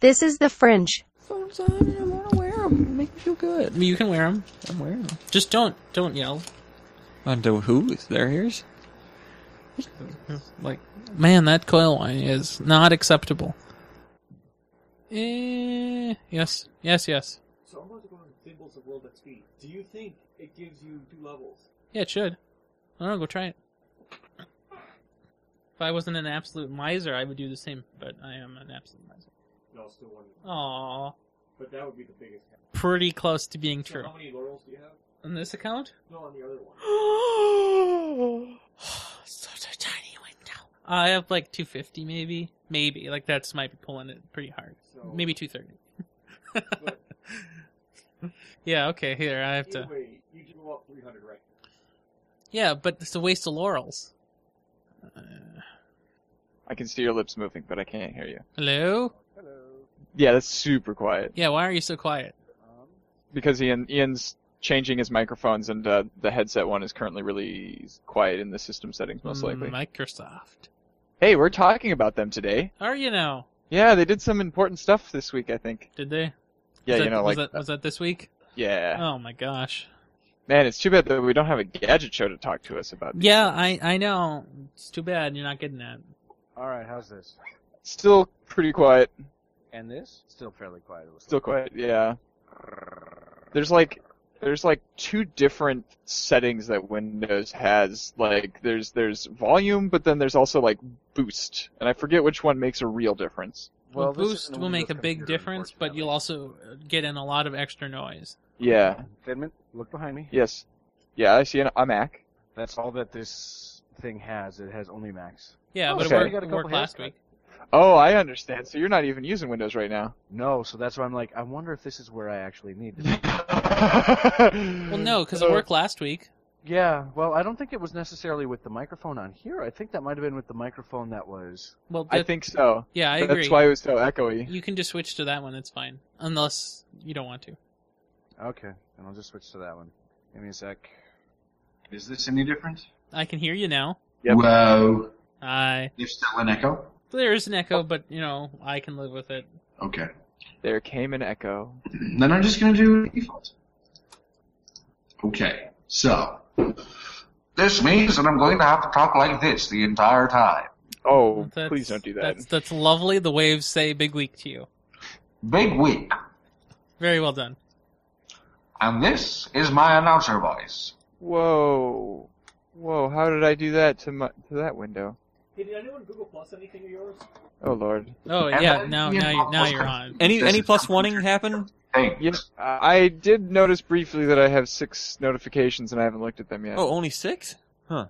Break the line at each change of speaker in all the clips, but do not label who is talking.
This is the fringe.
Sometimes I want to wear them. Make me feel good. I mean, you can wear them. I'm wearing them. Just don't, don't yell onto who's their ears. Like, man, that coil wine is not acceptable. Eh, yes, yes, yes.
So I'm about to go on Symbols of World XP. Do you think it gives you two levels?
Yeah, it should. I don't know. Go try it. If I wasn't an absolute miser, I would do the same. But I am an absolute miser.
No, still one.
Aw,
But that would be the biggest. count.
pretty close to being
So
true.
how many laurels do you have?
On this account,
No, on the other one.
such a tiny window. I have like 250, maybe, maybe. Like that's might be pulling it pretty hard.
So
Maybe 230.
But
Yeah. Okay. Here, I have
either
to.
way, you can go up 300 right
Yeah, but it's a waste of laurels. Uh,
I can see your lips moving, but I can't hear you.
hello.
Hello.
Yeah, that's super quiet
Yeah. Why are you so quiet?
Um,
because Ian Ian's changing his microphones, and uh, the headset one is currently really quiet in the system settings,
Hmm,
most likely.
Mm, Microsoft.
Hey, we're talking about them today.
Are you now?
Yeah, they did some important stuff this week, I think.
Did they?
Yeah,
was that,
you know,
was
like
that, was that this week?
yeah,
Oh my gosh.
man, it's too bad that we don't have a gadget show to talk to us about.
Yeah, I I know. It's too bad you're not getting that.
All right, how's this?
Still pretty quiet.
And this? Still fairly quiet. it looks
Still quiet. Yeah. There's like there's like two different settings that Windows has. Like there's there's volume, but then there's also like boost, and I forget which one makes a real difference.
like.
Well,
this
boost
isn't
will make a
Windows
big
computer,
difference, but you'll also get in a lot of extra noise.
Yeah.
unfortunately. Finman, look behind me.
Yes. Yeah, I see an, a Mac.
That's all that this thing has. It has only Macs.
Yeah,
Oh,
but
so you
it
got
worked,
a couple
worked last
haircuts.
week.
Oh, I understand. So you're not even using Windows right now.
No, so that's why I'm like, I wonder if this is where I actually need this.
well,
Well, no, because it worked last week.
yeah, well, I don't think it was necessarily with the microphone on here. I think that might have been with the microphone that was.
Well,
I
that-
think so.
Yeah, I
That's
agree.
why it was so echoey.
You can just switch to that one. It's fine, unless you don't want to.
Okay, and I'll just switch to that one. Give me a sec.
Is this any different?
I can hear you now.
Yep.
Whoa.
I
There's still an echo?
there is an echo, but you know I can live with it.
Okay.
There came an echo.
Then I'm just going to do default. Okay. So, this means that I'm going to have to talk like this the entire time.
Oh,
That's-
please don't do that.
That's that's lovely. The waves say big week to you.
Big week.
Very well done.
And this is my announcer voice.
Whoa. Whoa, how did I do that to my to that window?
Hey, did anyone Google Plus anything of yours?
Oh lord.
Oh
And
yeah,
then
now
you
now you now
also-
you're on.
Any-
Any
This any
any
is
plus
plus from oneing
oneing
future.
happen?
Thanks.
Yes, I I did notice briefly that I have six notifications and I haven't looked at them yet.
Oh, only six? Huh.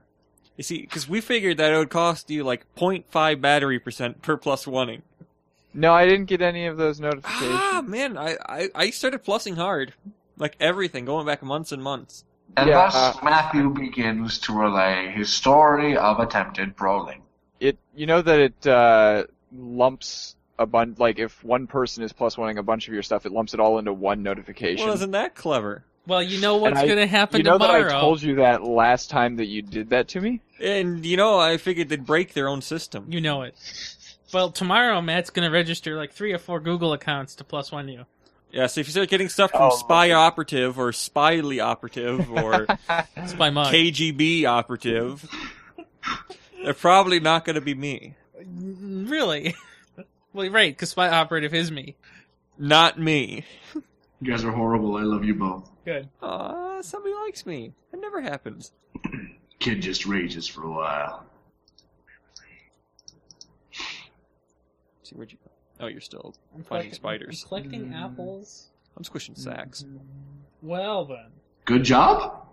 You see, because we figured that it would cost you like 0.5 battery percent per plus oneing.
No, I didn't get any of those notifications.
Ah, man, I, I I started plussing hard, like everything, going back months and months.
And
Yeah,
thus,
uh,
Matthew begins to relay his story of attempted brawling.
It you know that it uh, lumps a bunch like if one person is plus oneing a bunch of your stuff, it lumps it all into one notification.
Well, isn't that clever?
Well, you know what's
I-
going to happen
you know
tomorrow.
that I told you that last time that you did that to me?
And you know, I figured they'd break their own system.
You know it. Well, tomorrow Matt's going to register like three or four Google accounts to plus one you.
Yeah, so if you start getting stuff from
Oh.
Spy Operative or Spyly Operative or
It's by mug.
KGB Operative, they're probably not going to be me.
Really? well, right, because spy operative is me.
Not me.
You guys are horrible. I love you both.
Good.
Aw, somebody likes me. That never happens.
Kid just rages for a while.
See where'd you? Oh, you're still. Fighting spiders.
I'm collecting apples.
I'm squishing
Mm-hmm.
sacks.
Well then,
Good job?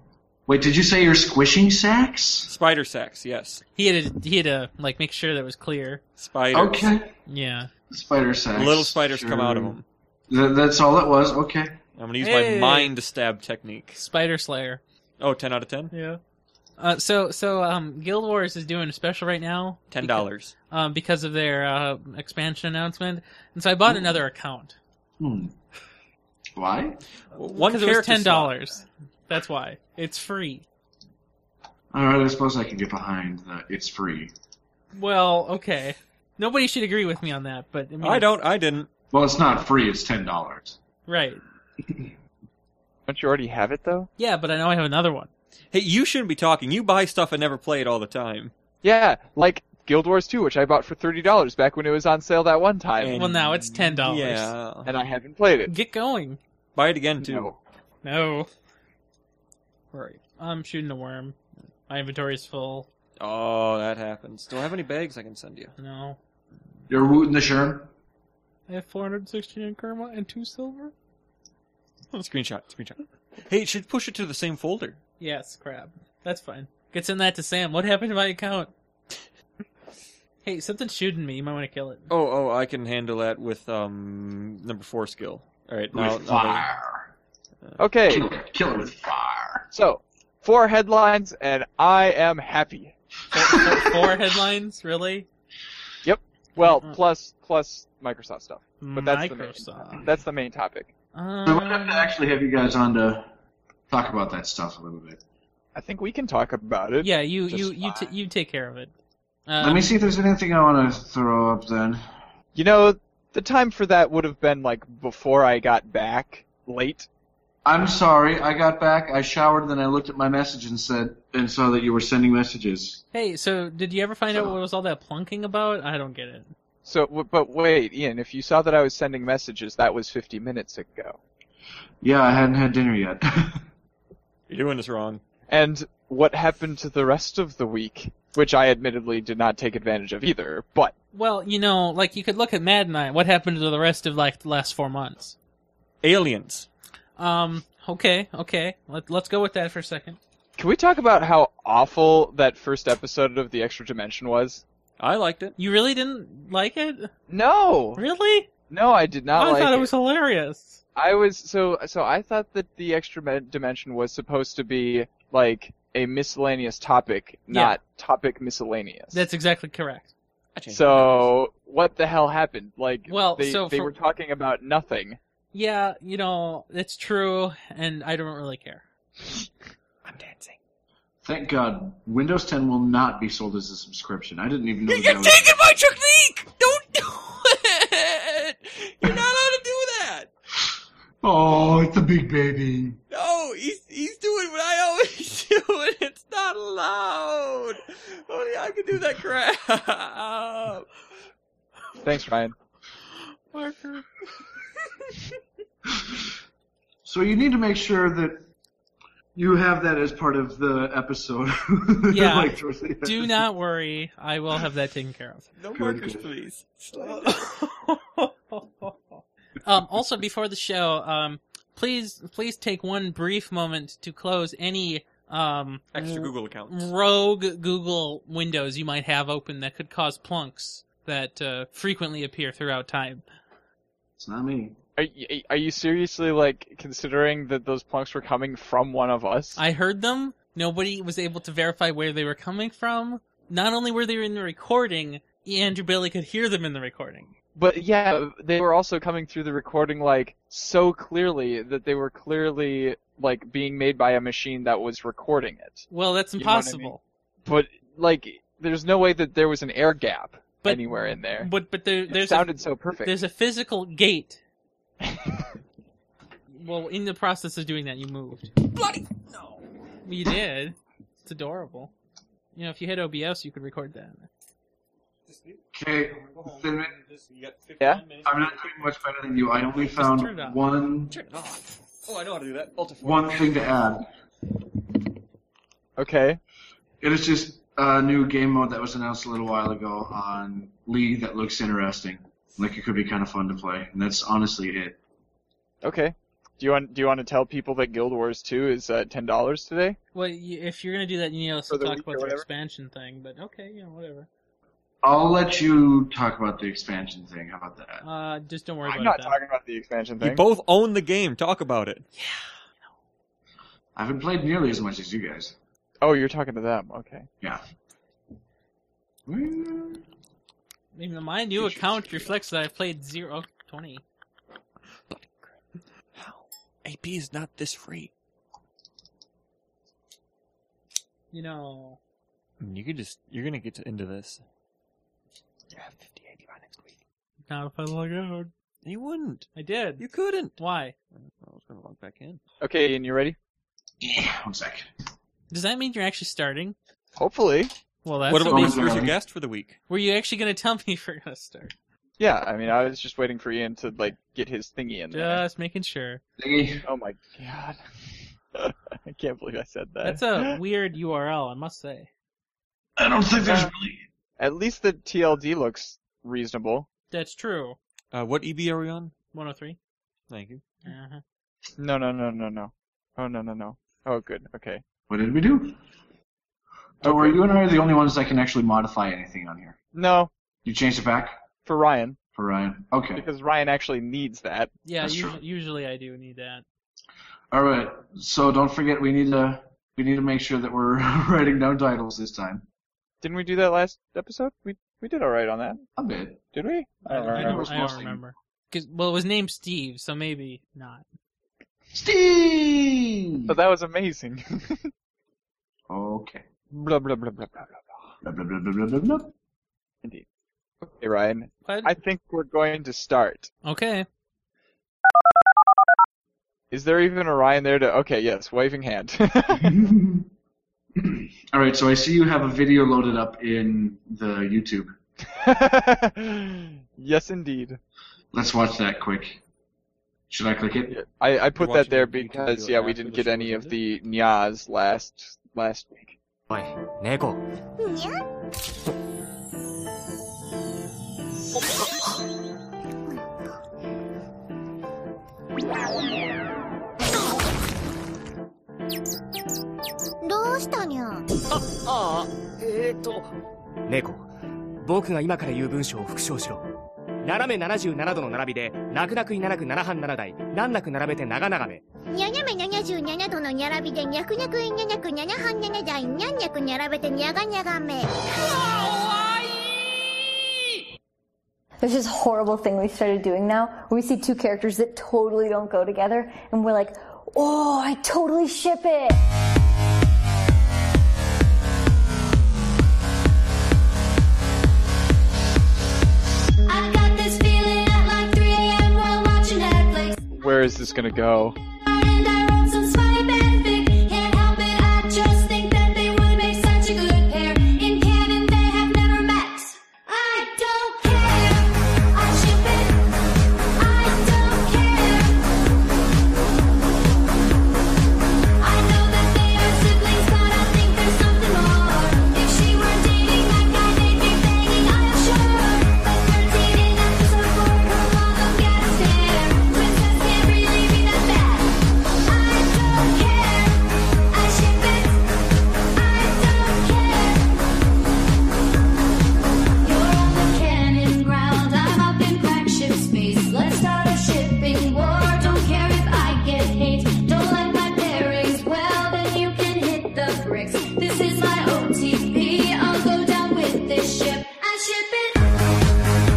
Wait, did you say you're squishing sacks?
Spider sacks, yes.
he had to, he had to like make sure that was clear.
Spiders.
Okay.
Yeah.
Spider sacks.
Little spiders come out of
Sure.
them.
Th- that's all it was. Okay.
I'm gonna use my
Hey.
mind stab technique.
Spider Slayer.
Oh, 10 out of 10?
Yeah. Uh, so so um, Guild Wars is doing a special right now.
Ten dollars.
Um, because of their uh, expansion announcement, and so I bought another account.
Hmm. Why?
One
because it was
character
ten
slot.
dollars. That's why it's free.
All right, I suppose I can get behind that. It's free.
Well, okay. Nobody should agree with me on that, but I, mean,
I don't. I didn't.
Well, it's not free. It's ten dollars.
Right.
Don't you already have it though?
Yeah, but I know I have another one.
Hey, you shouldn't be talking. You buy stuff and never play it all the time.
Yeah, like Guild Wars 2, which I bought for thirty dollars back when it was on sale that one time,
And-
Well, now it's $10.
Yeah.
and I haven't played it.
Get going.
Buy it again, too.
No.
No. Where are you? I'm shooting a worm. My inventory is full.
Oh, that happens. Do I have any bags I can send you?
No.
You're wooting the Sherm.
I have 469 karma and 2 silver?
Oh, screenshot, screenshot. Hey, it should push it to the same folder.
Yes, crap. That's fine. Get send that to Sam. What happened to my account? hey, something's shooting me. You might want to kill it.
Oh, oh, I can handle that with um number four skill. All right, now,
with
now they-
fire.
Okay,
Kill it. Kill it with fire.
so four headlines, and I am happy.
Four- Four headlines, really?
Well,
Mm-hmm.
Mm.
plus plus Microsoft stuff. But that's the main-
Microsoft.
That's the main topic.
We
Um,
might have to actually have you guys on to talk about that stuff a little bit.
I think we can talk about it.
yeah, you
Just
you you t-
fine.
you take care of it.
Let
Um,
me see if there's anything I want to throw up then.
You know, the time for that would have been like before I got back, late.
I'm sorry. I got back. I showered. Then I looked at my message and said and saw that you were sending messages.
hey, so did you ever find out what was all that plunking about? I don't get it.
So, w- but wait, Ian, if you saw that I was sending messages, that was 50 minutes ago.
Yeah, I hadn't had dinner yet.
you're doing this wrong.
And what happened to the rest of the week, which I admittedly did not take advantage of either, but
Well, you know, like you could look at Mad Knight. What happened to the rest of like the last four months?
Aliens.
Um. Okay. Okay. Let Let's go with that for a second.
can we talk about how awful that first episode of The Extra Dimension was?
I liked it.
You really didn't like it,
No!
really?
No, I did not
I
like
thought it was hilarious.
I was so so I thought that the extra men- dimension was supposed to be like a miscellaneous topic,
Yeah.
not topic miscellaneous.
That's exactly correct.
I changed
so what the hell happened? Like
Well,
they
so
they
for-
were talking about nothing.
Yeah, you know, it's true, and I don't really care.
my notes. I'm dancing.
Thank God, Windows 10 will not be sold as a subscription. I didn't even know that. was-
my technique. Don't do it. You're not allowed to do that.
Oh, it's a big baby.
No, he's he's doing what I always do, and it's not allowed. Only I can do that crap.
Thanks, Ryan.
Marker.
So you need to make sure that you have that as part of the episode.
Yeah.
Like Dorothy
Do
has.
not worry. I will have that taken care of.
No
Good,
markers,
good.
please.
um, also, before the show, um, please please take one brief moment to close any um,
Extra Google accounts.
Mm. rogue Google windows you might have open that could cause plunks that uh, frequently appear throughout time.
It's not me.
Are you, are you seriously like considering that those plunks were coming from one of us?
I heard them. Nobody was able to verify where they were coming from. Not only were they in the recording, Andrew Bailey could hear them in the recording.
But yeah, they were also coming through the recording like so clearly that they were clearly like being made by a machine that was recording it.
Well, that's
You know what I mean?
impossible.
but like there's no way that there was an air gap
But-
anywhere in there.
But but there,
It
there's a
sounded so perfect.
There's a physical gate. well, in the process of doing that, you moved.
Bloody
no! You did. It's adorable. You know, if you hit OBS, you could record that.
Just leave.
Okay,
Go home.
then
Just- you got 51
Yeah?
minutes.
I'm not doing much better than you. I only
turn it on.
found one
Turn it off. Oh, I know how to do that. Alter four.
one thing to add.
Okay.
It is just a new game mode that was announced a little while ago on League that looks interesting. Like it could be kind of fun to play, and that's honestly it.
Okay. Do you want do you want to tell people that Guild Wars 2 is uh, $10 today?
Well, you, if you're gonna do that, you need to also
For the
talk
week
about
or
the
whatever?
expansion thing. But okay, you know, whatever.
I'll let you talk about the expansion thing. How about that?
Uh, just don't worry
I'm
about
not
it.
talking about the expansion
You
thing.
both own the game. Talk about it.
I haven't played nearly as much as you guys.
Oh, you're talking to them. Okay.
Yeah.
then. Even my new
You should
account
check it out.
reflects that I played zero oh, twenty.
How? AP is not this free.
You know,
You could just. You're gonna get to into this. You have 50 AP by next week.
not if I log out.
You wouldn't.
I did.
You couldn't.
Why?
I was gonna log back in.
Okay, Ian, you ready?
Yeah, one sec.
Does that mean you're actually starting?
Hopefully.
Well, that's
what about being
always
first
wrong.
guest for the week?
were you actually going to tell me if we're going to start?
Yeah, I mean, I was just waiting for Ian to like get his thingy in there.
Just making sure.
Thingy.
Oh my god. I can't believe I said that.
That's a weird URL, I must say.
I don't think there's really.
At least the TLD looks reasonable.
That's true.
Uh, what
E
EB are we on?
103.
Thank you.
Uh-huh.
No, no, no, no, no. Oh no, no, no. Oh, good. Okay.
What did we do? Don't worry, Oh, you and I are the only ones that can actually modify anything on here.
No,
You changed it back
for Ryan
for Ryan. Okay.
because Ryan actually needs that.
Yeah,
That's
usu-
true.
usually I do need that.
All right. So don't forget we need to we need to make sure that we're writing down titles this time.
Didn't we do that last episode? We we did all right on that,
A bit.
did we?
I don't, I
remember.
don't, I don't
Mostly.
remember. 'Cause- well, it was named Steve, so maybe not.
Steve.
But that was amazing.
Okay.
blah blah blah blah blah blah.
Blah, blah, blah, blah, blah, blah, blah.
Indeed. Okay, Ryan.
What?
I think we're going to start.
okay.
Is there even a Ryan there to? Okay, yes, waving hand.
All right. So I see you have a video loaded up in the YouTube.
yes, indeed.
Let's watch that quick. Should I click it?
I, I put
You're
that there
watching the YouTube
because
video
yeah, we
after
didn't
the
get
show
any of
ended?
the nyas last last week.
おい、猫。
どうしたにゃ
ああ、えー、と。猫、僕が今から言う文章を復唱しろ。斜め77度の並びで、泣く泣くいななく七半七台、難なく並べて長々め。
にゃにゃめ77度のにゃらびでにゃくにゃくいにゃにゃくにゃにゃはんにゃにゃじゃいにゃんにゃくにゃらべてにゃがにゃがめ
There's this horrible thing we started doing now where we see two characters that totally don't go together and we're like, oh, I totally ship it.
I've got this feeling at like 3 a.m. while watching Netflix.
Where is this gonna go?
And I wrote some spy fanfic. Can't help it, I just think that they would make such a good pair. In canon, they have never met. I don't care. I ship it. I don't care. I know that they are siblings, but I think there's something more. If she were dating that guy, they'd be banging, I'm sure. But 13 in episode 4, her mama got a stare. Princess can't really be that bad. I don't care. I ship it. I don't care. You're on the cannon ground, I'm up in crackship space. Let's start a shipping war. Don't care if I get hate. Don't like my bearings. Well, then you can hit the bricks. This is my OTP. I'll go down with this ship. I ship it.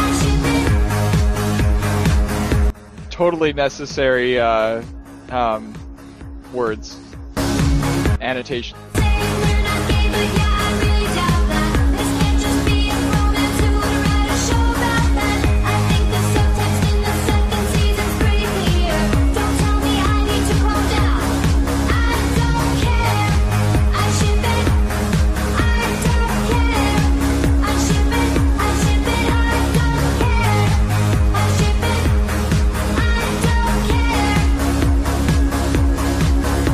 I ship it.
Totally necessary uh, um, words. Annotation.
Saying we're not gay, but yeah, I really doubt that. This can't just be a romance. Who would write a show about that? I think the subtext in the second season's pretty clear. Don't tell me I need to calm down. I don't care. I ship it. I don't care. I ship it. I ship it. I don't care. I ship it. I don't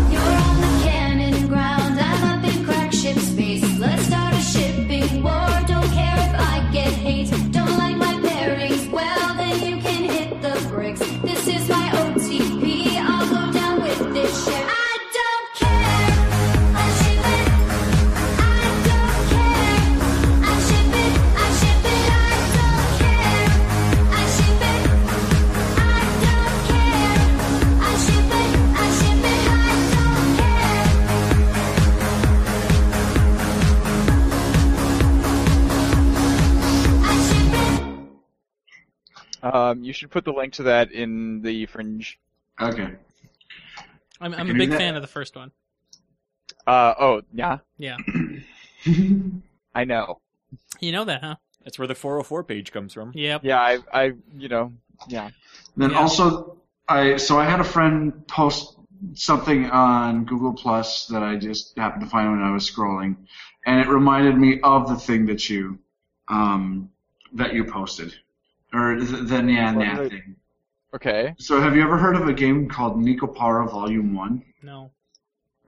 care. You're on the cannon ground, I'm up in crack ship space. Let's start a shipping war. Don't care if I get hate. Don't like my bearings. Well, then you can hit the bricks. This is my OTP. I'll go down with this ship. I don't care. I ship it. I don't care. I ship it. I ship it. I don't care. I ship it. I don't care. I ship it. I ship it. I don't care. I ship it.
Um, you should put the link to that in the fringe.
Okay.
I'm, I'm
can
a
do
big
that.
fan of the first one.
Uh, oh, yeah.
Yeah.
I know.
You know that, huh?
That's where the 404 page comes from.
Yep.
Yeah, I, I, you know, yeah.
Then
Yeah.
also, I so I had a friend post something on Google Plus that I just happened to find when I was scrolling, and it reminded me of the thing that you, um, that you posted, or the, the yeah
What
yeah
did I-
thing.
Okay.
So have you ever heard of a game called Nikopara Volume One?
No.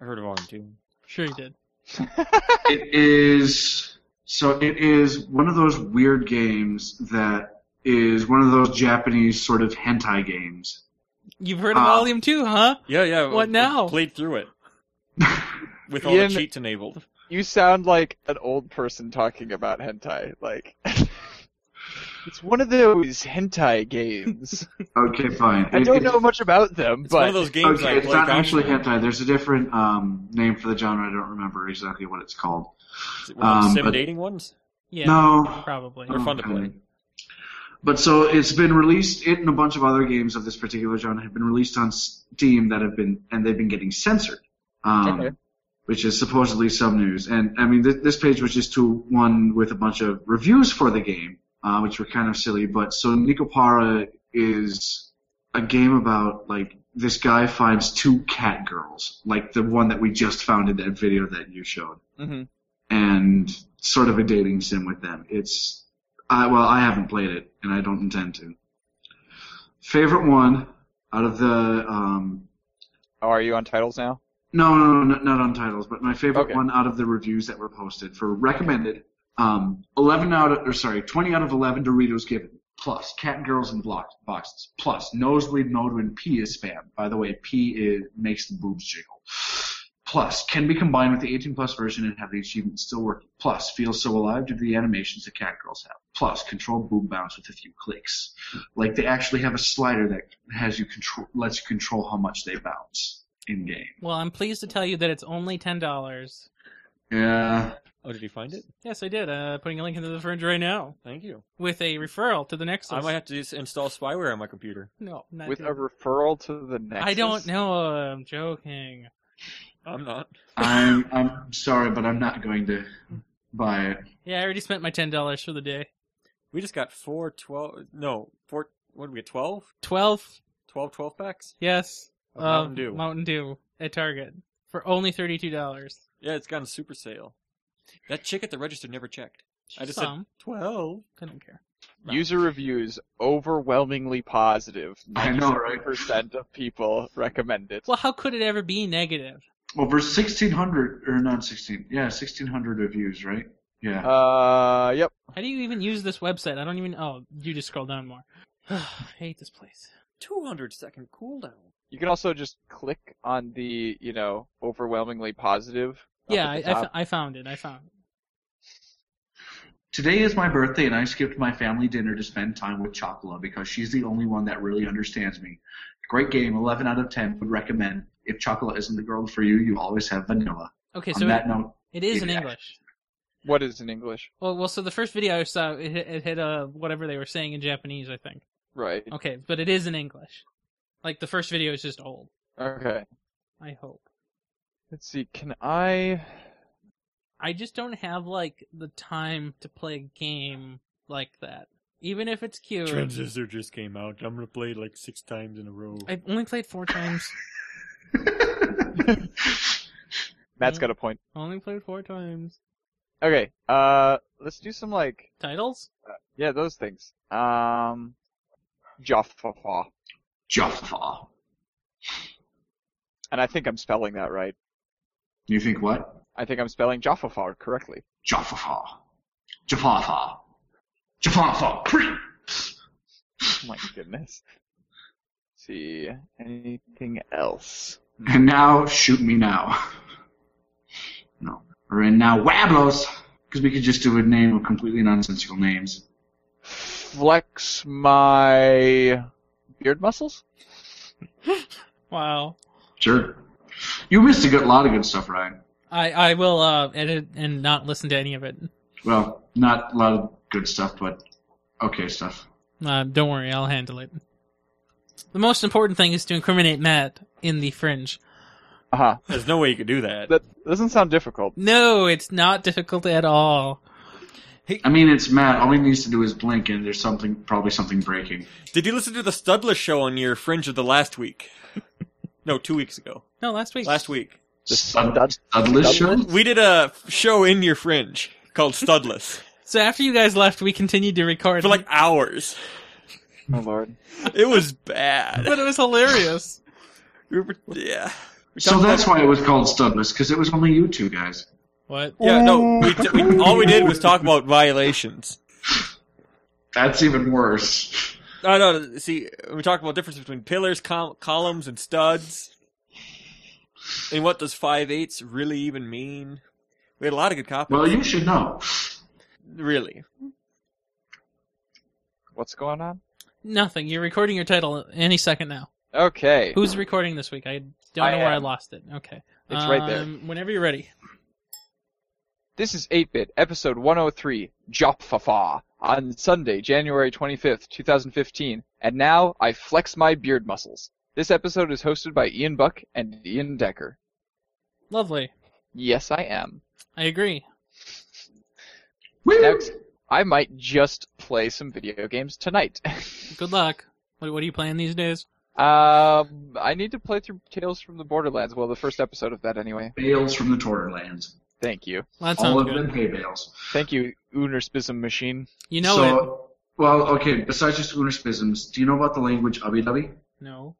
I heard of Volume Two.
Sure you did.
it is so it is one of those weird games that is one of those Japanese sort of hentai games.
You've heard of
Uh,
Volume 2, huh?
Yeah, yeah.
What
we- we
now?
Played through it. With all
Ian-
the cheats enabled.
You sound like an old person talking about hentai. Like, it's one of those hentai games.
Okay, fine.
I
It-
don't
it-
know much about them, but
Okay, it's not actually hentai. There's a different um, name for the genre. I don't remember exactly what it's called.
One of the
Um,
sim
but-
dating ones?
Yeah.
No.
Probably.
They're fun to play.
But so it's been released. It and a bunch of other games of this particular genre have been released on Steam that have been and they've been getting censored, um,
Okay.
which is supposedly some news. And I mean, th- this page was just to one with a bunch of reviews for the game, uh, which were kind of silly. But so Nikopara is a game about like this guy finds two cat girls, like the one that we just found in that video that you showed
Mm-hmm.
and sort of a dating sim with them. It's I well, I haven't played it and I don't intend to. Favorite one out of the um
Oh, are you on titles now?
no no no not, not on titles, but my favorite
Okay.
one out of the reviews that were posted for recommended um 11 out of or sorry 20 out of 11 Doritos given plus cat girls in block boxes plus nosebleed mode when P is spam. By the way, P is makes the boobs jiggle. Plus, can be combined with the 18 plus version and have the achievement still working. Plus, feels so alive due to the animations the cat girls have. Plus, control boom bounce with a few clicks. Like they actually have a slider that has you control, lets you control how much they bounce in game.
Well, I'm pleased to tell you that it's only $10.
Yeah.
Oh, did you find it?
Yes, I did. Uh, putting a link into the fridge right now.
Thank you.
With a referral to the Nexus.
I might have to just install spyware on my computer.
No, not
With
doing
a referral to the next.
I don't know. I'm joking.
I'm not.
I'm I'm sorry, but I'm not going to buy it.
Yeah, I already spent my ten dollars for the day.
We just got four twelve. No, four. What did we get? Twelve.
Twelve.
Twelve twelve packs.
Yes. Um,
Of Mountain Dew.
Mountain Dew at Target for only thirty-two dollars.
Yeah, it's got a super sale. That chick at the register never checked. I just
Some.
said twelve.
I don't care.
User reviews overwhelmingly positive.
I know, right?
Percent of people recommend it.
Well, how could it ever be negative?
Over 1600 or not 16, yeah, 1600 reviews, right? Yeah.
Uh, yep.
How do you even use this website? I don't even. Oh, you just scroll down more. I hate this place.
Two hundred second cooldown.
You can also just click on the, you know, overwhelmingly positive. up
yeah, I, I,
at the top.
f- I found it. I found. It.
Today is my birthday, and I skipped my family dinner to spend time with Chocola because she's the only one that really understands me. Great game, 11 out of 10. Would recommend. If Chocola isn't the girl for you, you always have vanilla.
Okay,
On
so
that
it-
note,
it is in
yeah.
English.
What is in English?
Well, well, so the first video I saw, it, hit- it had uh, whatever they were saying in Japanese, I think.
Right.
Okay, but it is in English. Like the first video is just old.
Okay.
I hope.
Let's see. Can I?
I just don't have like the time to play a game like that. Even if it's cute.
Transistor just came out. I'm gonna play like six times in a row.
I've only played four times. Mm-hmm.
Matt's got a point.
only played four times.
Okay. Uh, let's do some like
titles.
yeah, those things. Um, Jaffa.
Jaffa.
And I think I'm spelling that right.
You think what?
I think I'm spelling Jaffa correctly.
Jaffa. Jaffa. Jaffa. Creep.
Oh my goodness. Let's see anything else?
And now, shoot me now. no. Or in now, Wablos! Because we could just do a name of completely nonsensical names.
Flex my beard muscles.
Wow.
Sure. You missed a good lot of good stuff, Ryan.
I, I will uh, edit and not listen to any of it.
Well, not a lot of good stuff, but okay stuff.
Uh, don't worry, I'll handle it. The most important thing is to incriminate Matt in the fringe.
Uh huh.
There's no way you could do that.
That doesn't sound difficult.
No, it's not difficult at all.
I mean, it's Matt. All he needs to do is blink, and there's something, probably something breaking.
Did you listen to the Studler show on your Fringe of the last week? no, two weeks ago.
No, last week.
Last week.
The Stud- Studless show?
We did a show in your Fringe called Studless
So after you guys left, we continued to record.
for like hours.
Oh lord.
It was bad.
But it was hilarious.
We were- yeah. We
So
talked about-
that's why it was called Studless, because it was only you two guys.
What?
Yeah, no. We, d- we, all we did was talk about violations.
That's even worse.
Oh no! See, we talked about difference between pillars, col- columns, and studs, and what does five eighths really even mean? We had a lot of good copies.
Well, you should know.
Really?
What's going on?
Nothing. You're recording your title any second now.
Okay.
Who's recording this week? I don't
I
know where I
am.
lost it. Okay.
It's right there.
Um, Whenever you're ready.
This is 8-Bit, episode 103, Jopfafa, on Sunday, January 25th, 2015, and now I flex my beard muscles. This episode is hosted by Ian Buck and Ian Decker.
Lovely.
Yes, I am.
I agree.
Next, I might just play some video games tonight.
Good luck. What, what are you playing these days?
um, I need to play through Tales from the Borderlands, well, the first episode of that anyway.
Bales from the Torterlands.
Thank you.
That
All of
sounds
them
good.
hay bales.
Thank you, Unerspism Machine.
You know it.
so, Well, okay, besides just unerspisms, do you know about the language Ubby Dubby?
No.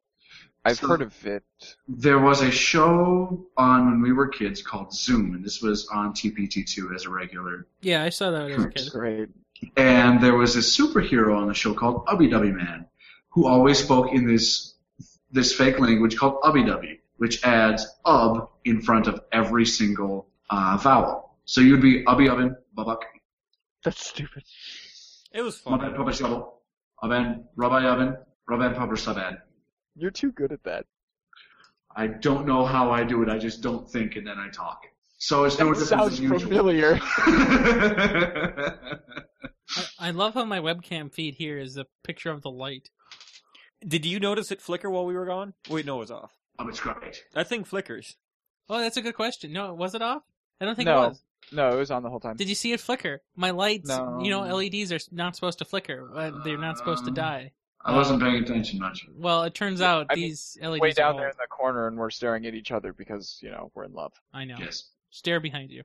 I've
So-
heard of it.
There was a show on when we were kids called Zoom, and this was on TPT2 as a regular.
Yeah, I saw that as a kid.
Great.
And there was this superhero on the show called Ubby Dubby Man, who always spoke in this this fake language called Ubby Dubby, which adds ub in front of every single uh, vowel. So you'd be Ubby Ubbin, Bubbuck,
That's stupid.
It was fun.
Mubben Pubber Subble, Ubbin, Rubby Ubbin, Rubben Pubber Subbin.
You're too good at that.
I don't know how I do it. I just don't think and then I talk. So it's no
That
different
sounds
than usual.
familiar.
I love how my webcam feed here is a picture of the light.
Did you notice it flicker while we were gone? Wait, no, it was off.
oh, it's great.
That thing flickers.
Oh, that's a good question. No, was it off? I don't think
no,
it was.
no, it was on the whole time.
Did you see it flicker? My lights,
No.
you know, LEDs are not supposed to flicker. Uh, they're not supposed to
Um,
die.
I wasn't paying attention much.
Well, it turns out
I mean,
these E LEDs
way down
are
there
old.
in the corner, and we're staring at each other because you know we're in love.
I know.
Yes.
Stare behind you.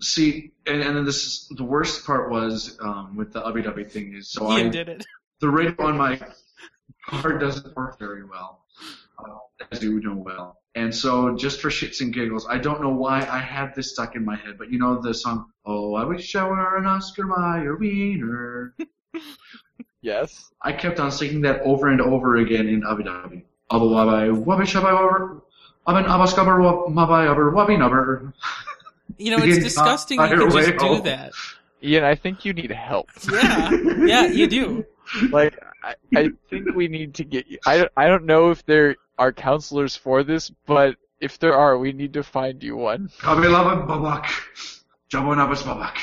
See, and, and then this is the worst part was um, with the Ubby Dubby thing is so
Ian
I
did it.
the radio on my card doesn't work very well, uh, as you know well. And so, just for shits and giggles, I don't know why I had this stuck in my head, but you know the song, Oh, I Wish I Were an Oscar Mayer Wiener.
Yes.
I kept on singing that over and over again in Abu Dhabi. Abu Dhabi, Wabi Shabi Wabi, Abin Abbas Gabber Wab- Mabai Abber Wabi Nubber.
You know, it's
Ian,
disgusting
fire
you can just
away all.
do that.
Ian, I think you need help.
Yeah. Yeah, you do.
like, I, I think we need to get you. I don't, I don't know if there are counselors for this, but if there are, we need to find you one.
Abi Laban Babak, Jabon Abbas Babak.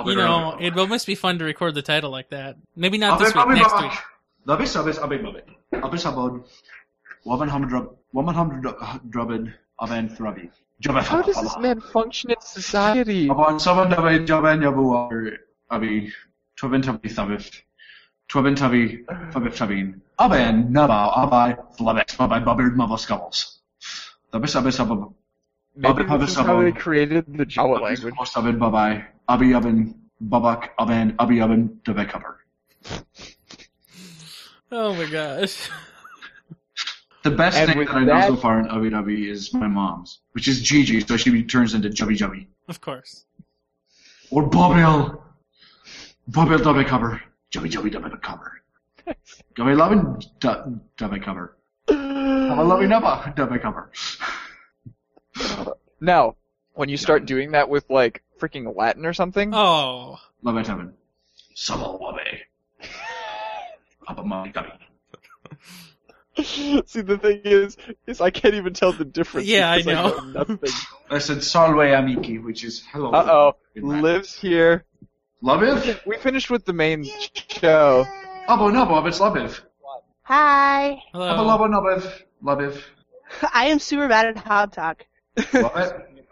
Abi
You know,
Rabbi
it must be fun to record the title like that. Maybe not
Abi
this week,
Abi
next
Babak.
week.
Abi Sabis Abi Babak. Abi Sabon. Woman Hamdrub. Woman Hamdrubbin. Aben Thrabi. Jabba
How does this man function in society?
Upon someone that I job and yabu are abi twabin tabi thabif twabin tabi thabif tabin aben naba abai thlabet abai babir mabba scubbles thabis abis abab
Maybe
Abi-
this is
Abi-
how they
Abi-
created the Jawa
abis
language.
most abin babai abi abin babak aben abi abin dabek abber.
Oh my gosh.
The best
And
thing
with
that I know
that-
so far in Abi Dhabi is my mom's, which is Gigi, so she turns into Jubby Jubby.
Of course.
Or Bobel. Bobel double cover. Jubby Jubby double cover. Gummy Lovin du- double cover. Gummy Lovin Nubba double cover.
Now, when you start doing that with like freaking Latin or something,
Hmm.
Oh.
Love it, heaven. Subble Wubby. Up a mummy gummy.
See, the thing is, is I can't even tell the difference.
Yeah, I
because
know.
nothing.
I said Salve Amiki, which is hello.
Uh oh,
in Latin.
lives here.
Lubiv?
We finished with the main show.
Abo Nubob, it's Lubiv.
Hi.
Hello.
Abo Lubo Nubiv. Lubiv.
I am super bad at Hob Talk.
Love it.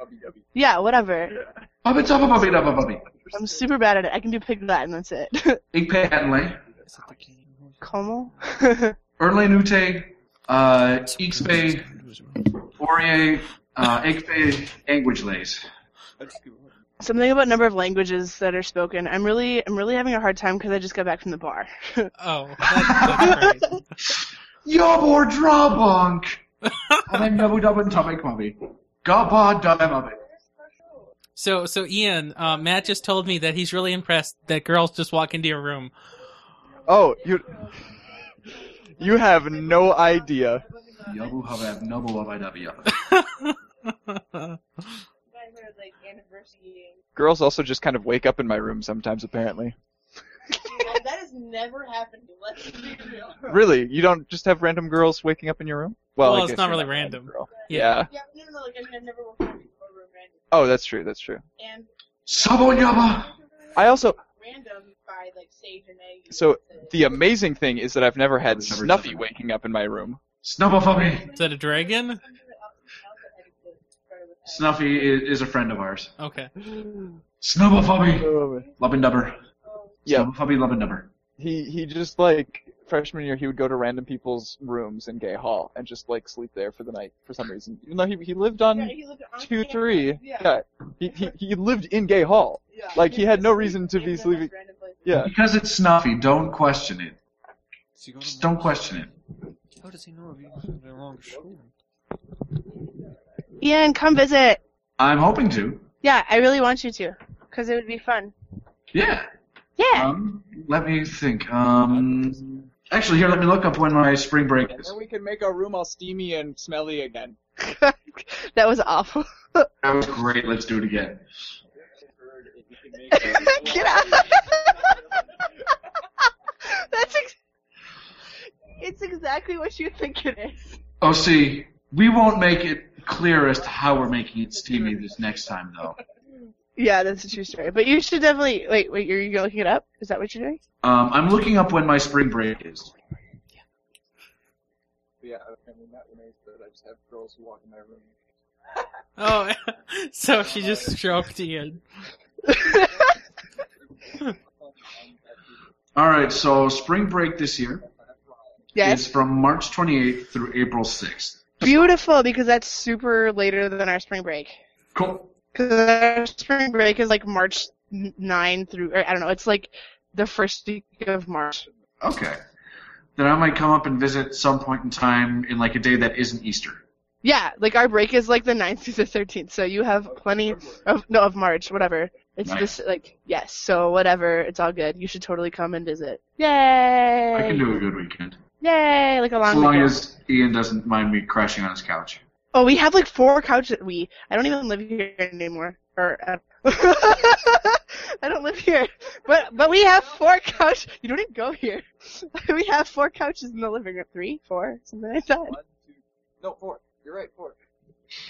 Yeah, whatever.
Bubby, bubby, bubby, bubby, bubby.
I'm super bad at it. I can do pig Latin, that's it.
Ig Patenley.
Como?
Erle Nute. Uh, Ixpe. Orie. Uh, Igpe. Anguage Lays.
Something about number of languages that are spoken. I'm really, I'm really having a hard time because I just got back from the bar.
oh,
Yobor Drabonk! And I'm Nabu Dubbin Tubby Mubby. Gaba Dubby
So, so Ian, uh, Matt just told me that he's really impressed that girls just walk into your room.
Oh, you you have no idea.
Yobu Hubab Nobu Wabidubby
Girls also just kind of wake up in my room sometimes, apparently.
that has never happened to us.
Really? You don't just have random girls waking up in your room? Well, I
Well, it's
guess
not
you're
really random.
girl.
Yeah.
Yeah, no, no, like, I mean, I've never worked out before we random.
Oh, that's true. That's true.
And
Sabonyaba!
I also
random by, like, Sage and Aggie.
so the amazing thing is that I've never had Snuffy waking up in my room.
Snubbafubby!
Is that a dragon?
Snuffy i- is a friend of ours.
Okay.
Snubbafubby! Lubbin Dubber.
Yeah.
Snubbafubby Lubbin Dubber.
He he just like freshman year he would go to random people's rooms in Gay Hall and just like sleep there for the night for some reason. Even though he he lived on two three. Yeah. He, he he lived in Gay Hall. Like he had no reason to be sleeping. Yeah.
Because it's Snuffy, don't question it. Just don't question it.
How does he know if you the wrong shoe?
Ian, come visit.
I'm hoping to.
Yeah, I really want you to because it would be fun.
Yeah.
Yeah.
Um, let me think. Um, actually, here, let me look up when my spring break is.
then we can make our room all steamy and smelly again.
That was awful.
That was great. Let's do it again.
Get out. That's ex- it's exactly what you think it is.
Oh, see, we won't make it clear as to how we're making it steamy this next time, though.
Yeah, that's a true story. But you should definitely wait. Wait, you're, you're looking it up? Is that what you're doing?
Um, I'm looking up when my spring break is.
Yeah, I mean that remains, but I just have girls who walk in my room.
Oh, so she just stroked Ian.
All right, so spring break this year
Yes.
is from March 28th through April 6th.
Beautiful, because that's super later than our spring break.
Cool.
Because our spring break is like March n- 9 through, or I don't know, it's like the first week of March.
Okay. Then I might come up and visit some point in time in like a day that isn't Easter.
Yeah, like our break is like the 9th through the 13th, so you have plenty of, no, of March, whatever. It's
Nice.
just like, yes, so whatever, it's all good. You should totally come and visit. Yay!
I can do a good weekend.
Yay! Like a long
As long
weekend.
as Ian doesn't mind me crashing on his couch.
Oh, we have like four couches. We I don't even live here anymore. Or uh, I don't live here, but but we have four couch. You don't even go here. we have four couches in the living room. Three, four, something like that.
No, four. You're right, four.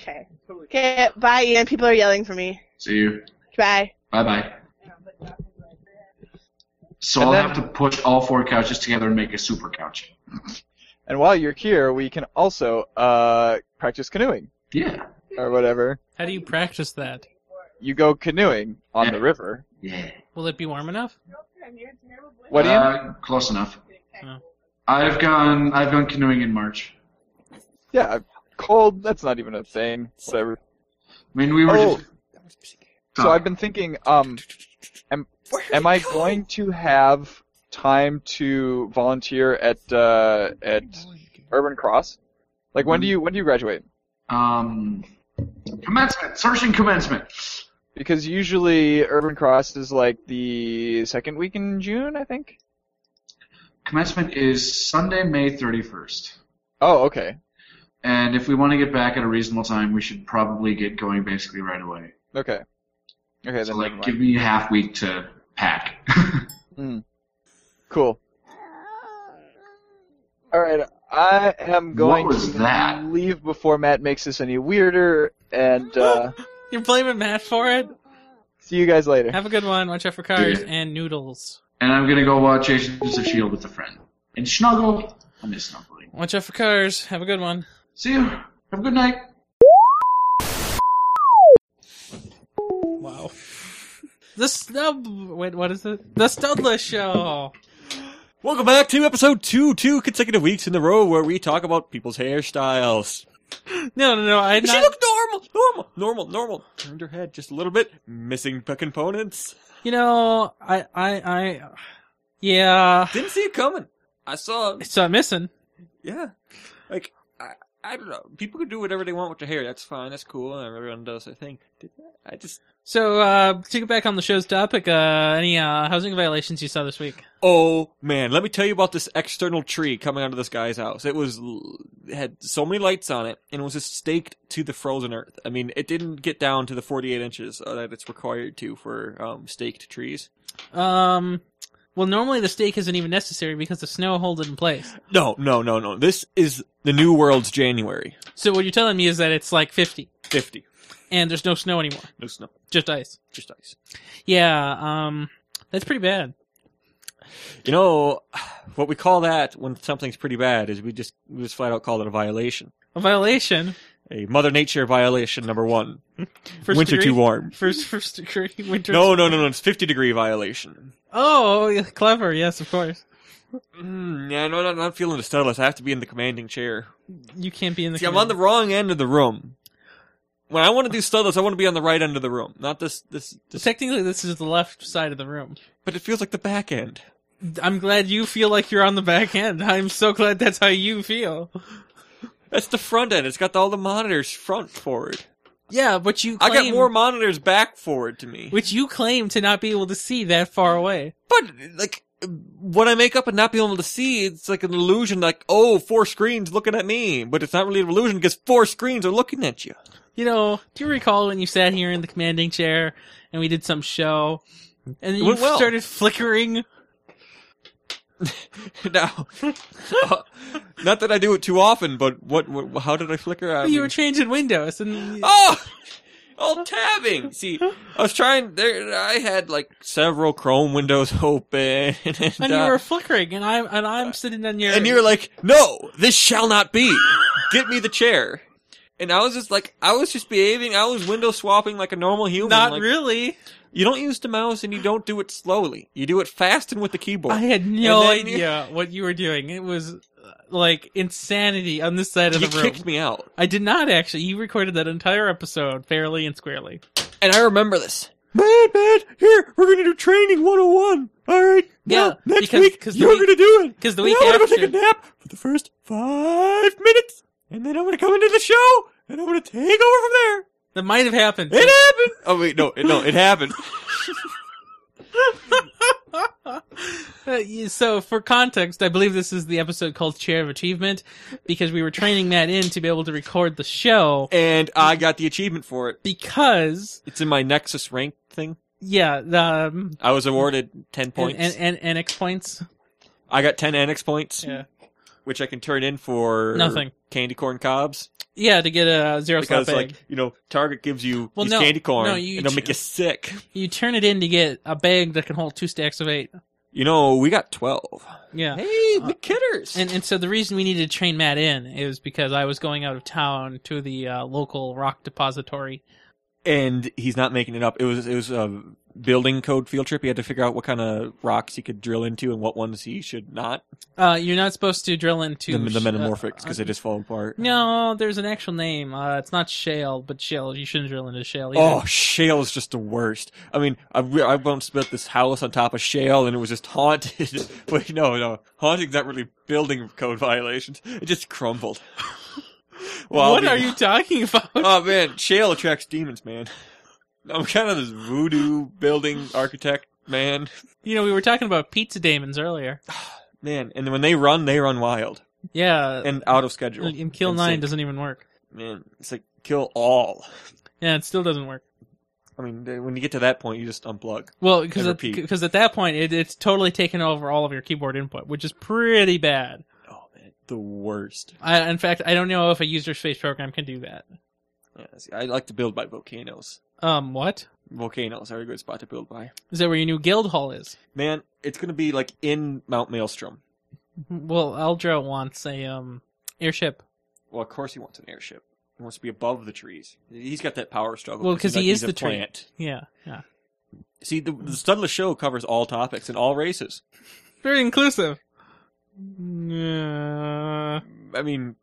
Okay. Okay. Bye, Ian. People are yelling for me.
See you.
Bye.
Bye bye. So I'll have to push all four couches together and make a super couch.
And while you're here, we can also uh, practice canoeing.
Yeah.
Or whatever.
How do you practice that?
You go canoeing on the river.
Yeah.
Will it be warm enough?
What do you?
Uh, close enough. I've gone. I've gone canoeing in March.
Yeah, cold. That's not even a thing. Whatever.
I mean, we were
Oh.
just.
So
Uh.
I've been thinking. Um, am am I going to have time to volunteer at uh, at Urban Cross? Like when do you when do you graduate?
Um, commencement. Searching commencement.
Because usually Urban Cross is like the second week in June, I think.
Commencement is Sunday, May thirty first.
Oh, okay.
And if we want to get back at a reasonable time, we should probably get going basically right away.
Okay. Okay, then
So
never
like,
mind.
give me a half week to pack.
Mm. Cool. All right, I am going
was
to
that?
leave before Matt makes this any weirder, and uh,
You're blaming Matt for it.
see you guys later.
Have a good one. Watch out for cars
Yeah.
and noodles.
And I'm gonna go watch Agents of Shield E with a friend and snuggle. I miss snuggling.
Watch out for cars. Have a good one.
See you. Have a good night.
The snub. Wait, what is it? The Studless Show.
Welcome back to episode two, two consecutive weeks in a row where we talk about people's hairstyles.
No, no, no. I
she
not-
looked normal, normal, normal, normal. Turned her head just a little bit. Missing p- components.
You know, I, I, I. Yeah.
Didn't see it coming. I saw.
It's not missing.
Yeah, like I, I don't know. People can do whatever they want with their hair. That's fine. That's cool. And everyone does their thing. I just
So, uh, to get back on the show's topic, uh, any uh, housing violations you saw this week?
Oh man, let me tell you about this external tree coming out of this guy's house. It was l- it had so many lights on it, and it was just staked to the frozen earth. I mean, it didn't get down to the 48 inches uh, that it's required to for um, staked trees.
Um, well, normally the stake isn't even necessary because the snow holds it in place.
No, no, no, no. This is the new world's January.
So what you're telling me is that it's like 50.
50.
And there's no snow anymore.
No snow.
Just ice.
Just ice.
Yeah, um, that's pretty bad.
You know what we call that when something's pretty bad is we just we just flat out call it a violation.
A violation.
A Mother Nature violation number one.
Hmm? First
Winter
degree-
too warm.
First, first degree winter.
No, no, no, no. It's 50 degree violation.
Oh, yeah, clever. Yes, of course.
Mm, yeah, no, no, no, I'm feeling the studless. I have to be in the commanding chair.
You can't be in the.
See, I'm on the wrong end of the room. When I want to do studless, I want to be on the right end of the room, not this, this, this.
Technically, this is the left side of the room.
But it feels like the back end.
I'm glad you feel like you're on the back end. I'm so glad that's how you feel.
That's the front end. It's got all the monitors front forward.
Yeah, but you.
I got
claim-
more monitors back forward to me.
which you claim to not be able to see that far away.
But like, what I make up and not being able to see, it's like an illusion. Like, oh, four screens looking at me, but it's not really an illusion because four screens are looking at you.
You know, do you recall when you sat here in the commanding chair and we did some show, and you
went well.
started flickering?
now, uh, not that I do it too often, but what? what how did I flicker? I
you
mean-
were changing windows, and
Oh, oh, tabbing. See, I was trying. There, I had like several Chrome windows open, and,
and
uh,
you were flickering, and I'm and I'm sitting on your
and you were like, "No, this shall not be. Get me the chair." And I was just like, I was just behaving. I was window swapping like a normal human.
Not
like-
really.
You don't use the mouse, and you don't do it slowly. You do it fast and with the keyboard.
I had no
And then you-
idea what you were doing. It was uh, like insanity on this side of
You
the room.
kicked me out.
I did not actually. You recorded that entire episode fairly and squarely.
And I remember this. Man, man, here, we're gonna do training 101. Alright,
Yeah,
next
because-
week,
'cause the
you're
week-
gonna do it.
'cause the
And
week
I'm gonna go
after-
take a nap for the first five minutes, and then I'm gonna come into the show, and I'm gonna take over from there.
That might have happened.
It happened! Oh wait, no, it, no, it happened.
Uh, yeah, so for context, I believe this is the episode called Chair of Achievement because we were training that in to be able to record the show.
And I got the achievement for it.
Because
It's in my Nexus rank thing.
yeah, um,
I was awarded 10 points.
and, and, and annex points.
I got 10 annex points.
Yeah.
Which I can turn in for
Nothing.
candy corn cobs.
Yeah, to get a zero
because
slot bag.
like you know Target gives you
Well,
these
no,
candy corn
no, you
and they'll
ch-
make you sick.
you turn it in to get a bag that can hold two stacks of eight.
You know we got twelve.
Yeah. Uh,
Hey, the kidders.
And and so the reason we needed to train Matt in is because I was going out of town to the uh, local rock depository.
And he's not making it up. It was it was a building code field trip. He had to figure out what kind of rocks he could drill into and what ones he should not.
Uh, you're not supposed to drill into
The, the
sh-
metamorphics because
uh,
they just fall apart.
No, there's an actual name. Uh, it's not shale, but shale. You shouldn't drill into shale. Either.
Oh, shale is just the worst. I mean, I, re- I once built this house on top of shale, and it was just haunted. Wait, no, no, haunting's not really building code violations. It just crumbled. Well,
what
I
are
mean-
you talking about?
oh man, shale attracts demons, man. I'm kind of this voodoo building architect, man.
You know, we were talking about pizza daemons earlier.
Man, and when they run, they run wild
Yeah,
and out of schedule.
and, and kill nine
sync.
doesn't even work.
Man, it's like kill all.
Yeah, it still doesn't work.
I mean, they- when you get to that point, you just unplug.
Well,
and
because
repeat.
because at that point it, it's totally taken over all of your keyboard input, which is pretty bad.
Oh, the worst.
I, in fact, I don't know if a user space program can do that.
Yeah, see, I like to build by volcanoes.
Um, what
Volcanoes are a good spot to build by.
is that? Where your new guild hall is?
Man, it's gonna be like in Mount Maelstrom.
Well, Eldra wants a um airship.
Well, of course he wants an airship. He wants to be above the trees. He's got that power struggle.
Well, because
he's
he
like-
is
he's a
the tree.
plant.
Yeah, yeah.
See, the, the Studless Show covers all topics and all races.
Very inclusive. Yeah.
I mean,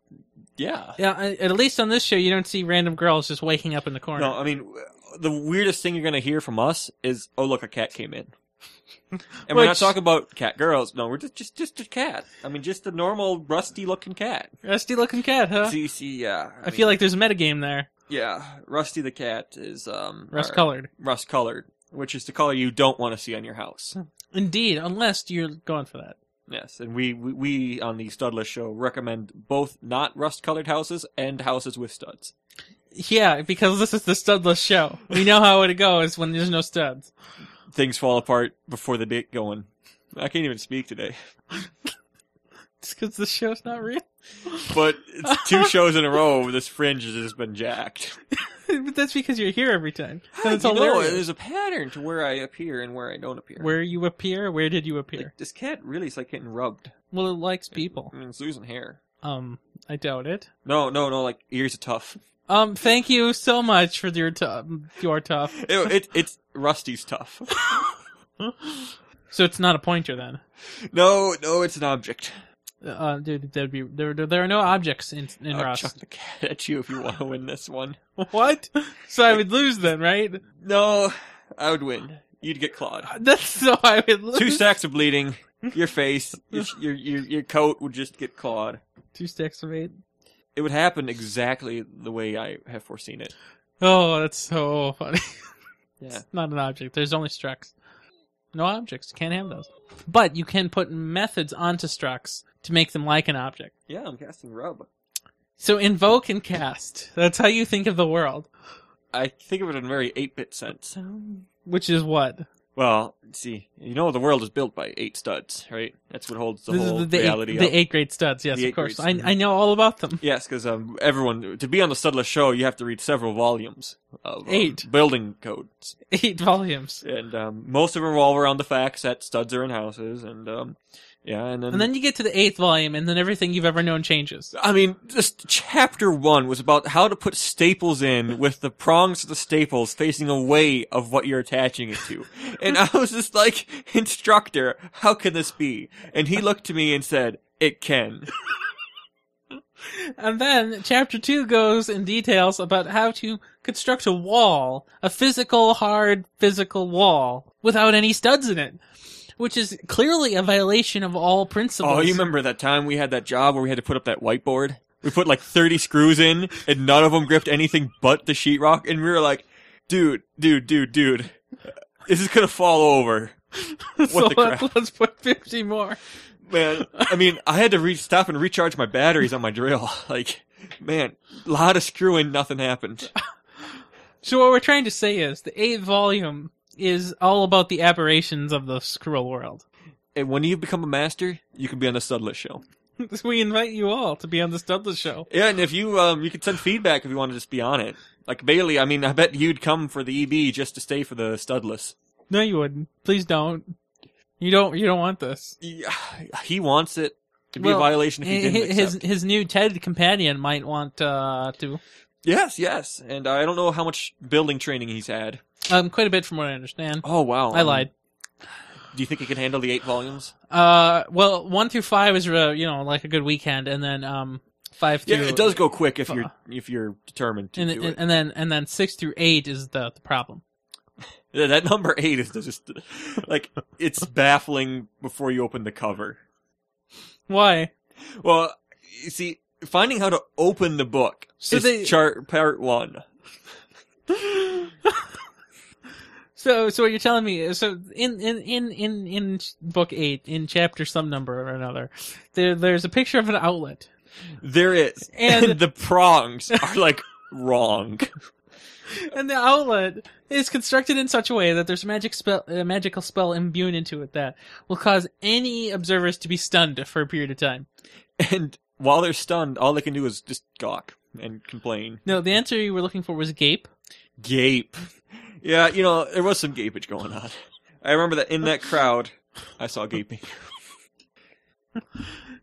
yeah.
Yeah, I- at least on this show, you don't see random girls just waking up in the corner.
No, I mean, w- the weirdest thing you're going to hear from us is, oh, look, a cat came in. And we're not
Which-
talking about cat girls. No, we're just, just, just a cat. I mean, just a normal, rusty looking cat.
Rusty looking cat, huh?
See, see, yeah.
Uh, I feel like there's a metagame there.
Yeah, Rusty the cat is um
Rust
our-
colored.
Rust colored, which is the color you don't want to see on your house.
Hmm. Indeed, unless you're going for that.
Yes, and we we, we on the Studless show recommend both not rust colored houses and houses with studs.
Yeah, because this is the studless show. We know how it goes when there's no studs.
Things fall apart before the date going. I can't even speak today.
It's because the show's not real.
But it's two shows in a row where this fringe has just been jacked.
but that's because you're here every time. And it's
you know,
hilarious.
there's a pattern to where I appear and where I don't appear.
Where you appear? Where did you appear?
This cat really is like getting rubbed.
well, it likes people.
I mean, it's losing hair.
Um, I doubt it.
No, no, no. Like ears are tough.
Um, thank you so much for your tu- your tough.
It, it, it's Rusty's tough.
so it's not a pointer then.
No, no, it's an object.
Uh, dude, there'd be there. There are no objects in in
I'll
Rust.
chuck the cat at you if you want to win this one.
What? So I would lose then, right?
No, I would win. You'd get clawed.
That's so I would lose.
Two stacks of bleeding. Your face, your your your, your coat would just get clawed.
Two stacks of eight.
It would happen exactly the way I have foreseen it.
Oh, that's so funny.
Yeah.
It's not an object. There's only structs. No objects. Can't have those. But you can put methods onto structs to make them like an object.
Yeah, I'm casting rub.
So invoke and cast. That's how you think of the world.
I think of it in a very eight bit sense.
Which is what?
Well, see, you know the world is built by eight studs, right? That's what holds the
This is
whole
the, the
reality.
eight,
up.
the eight great studs. Yes,
The
of
eight
course. I,
great-
I know all about them.
Yes, because um, everyone to be on the Studless show, you have to read several volumes of um,
Eight.
building codes,
Eight volumes,
and um, most of them revolve around the facts that studs are in houses, and um, yeah, and then,
and then you get to the eighth volume, and then everything you've ever known changes.
I mean, just chapter one was about how to put staples in with the prongs of the staples facing away of what you're attaching it to, and I was just like, instructor, how can this be? And he looked to me and said, "It can."
And then chapter two goes in details about how to construct a wall, a physical, hard, physical wall without any studs in it, which is clearly a violation of all principles.
Oh, you remember that time we had that job where we had to put up that whiteboard? We put like 30 screws in, and none of them gripped anything but the sheetrock, and we were like, dude, dude, dude, dude, this is gonna fall over. What
so
the crap?
let- let's put fifty more.
Man, I mean, I had to re- stop and recharge my batteries on my drill. Like, man, a lot of screwing, nothing happened.
So what we're trying to say is the eighth volume is all about the aberrations of the squirrel world.
And when you become a master, you can be on the Studless show.
we invite you all to be on the Studless show.
Yeah, and if you um, you could send feedback if you want to just be on it. Like Bailey, I mean, I bet you'd come for the EB just to stay for the Studless.
No, you wouldn't. Please don't. You don't. You don't want this.
Yeah, he wants it. It'd be a violation if he
hi-
didn't
His
accept.
his new TED companion might want uh, to.
Yes, yes, and I don't know how much building training he's had.
Um, quite a bit from what I understand.
Oh wow,
I lied.
Do you think he can handle the eight volumes?
Uh, well, one through five is uh, you know like a good weekend, and then um five through
Yeah, it does go quick if you're if you're determined to
and,
do
and,
it.
and then and then six through eight is the the problem.
Yeah, that number eight is just like it's baffling before you open the cover.
Why?
Well, you see, finding how to open the book
So
is
they-
chart part one.
So so what you're telling me is so in in in in in book eight in chapter some number or another, there there's a picture of an outlet.
There is,
And-
and the prongs are like wrong.
and the outlet is constructed in such a way that there's a magic spell, a magical spell imbued into it that will cause any observers to be stunned for a period of time.
And while they're stunned, all they can do is just gawk and complain.
No, the answer you were looking for was gape.
Gape. Yeah, you know, there was some gapage going on. I remember that in that crowd, I saw gaping.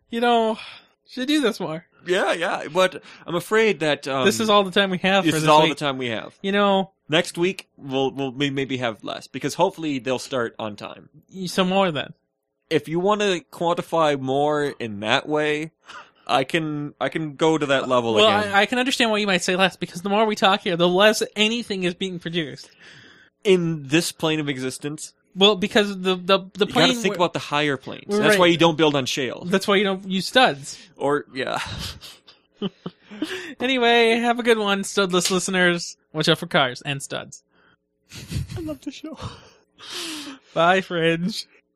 You know, Should do this more.
Yeah, yeah, but I'm afraid that um,
this is all the time we have.
This
for
is
this
all
week.
the time we have.
You know,
next week we'll we'll may- maybe have less because hopefully they'll start on time.
Some more then.
If you want to quantify more in that way, I can I can go to that level
Well,
again.
I, I can understand why you might say less because the more we talk here, the less anything is being produced
in this plane of existence.
Well, because the the
you
the
got to
plane.
think about the higher planes.
We're
That's
right.
why you don't build on shale.
that's why you don't use studs.
Or yeah,
Anyway, have a good one, studless listeners. Watch out for cars and studs.
I love the show.
Bye, Fringe.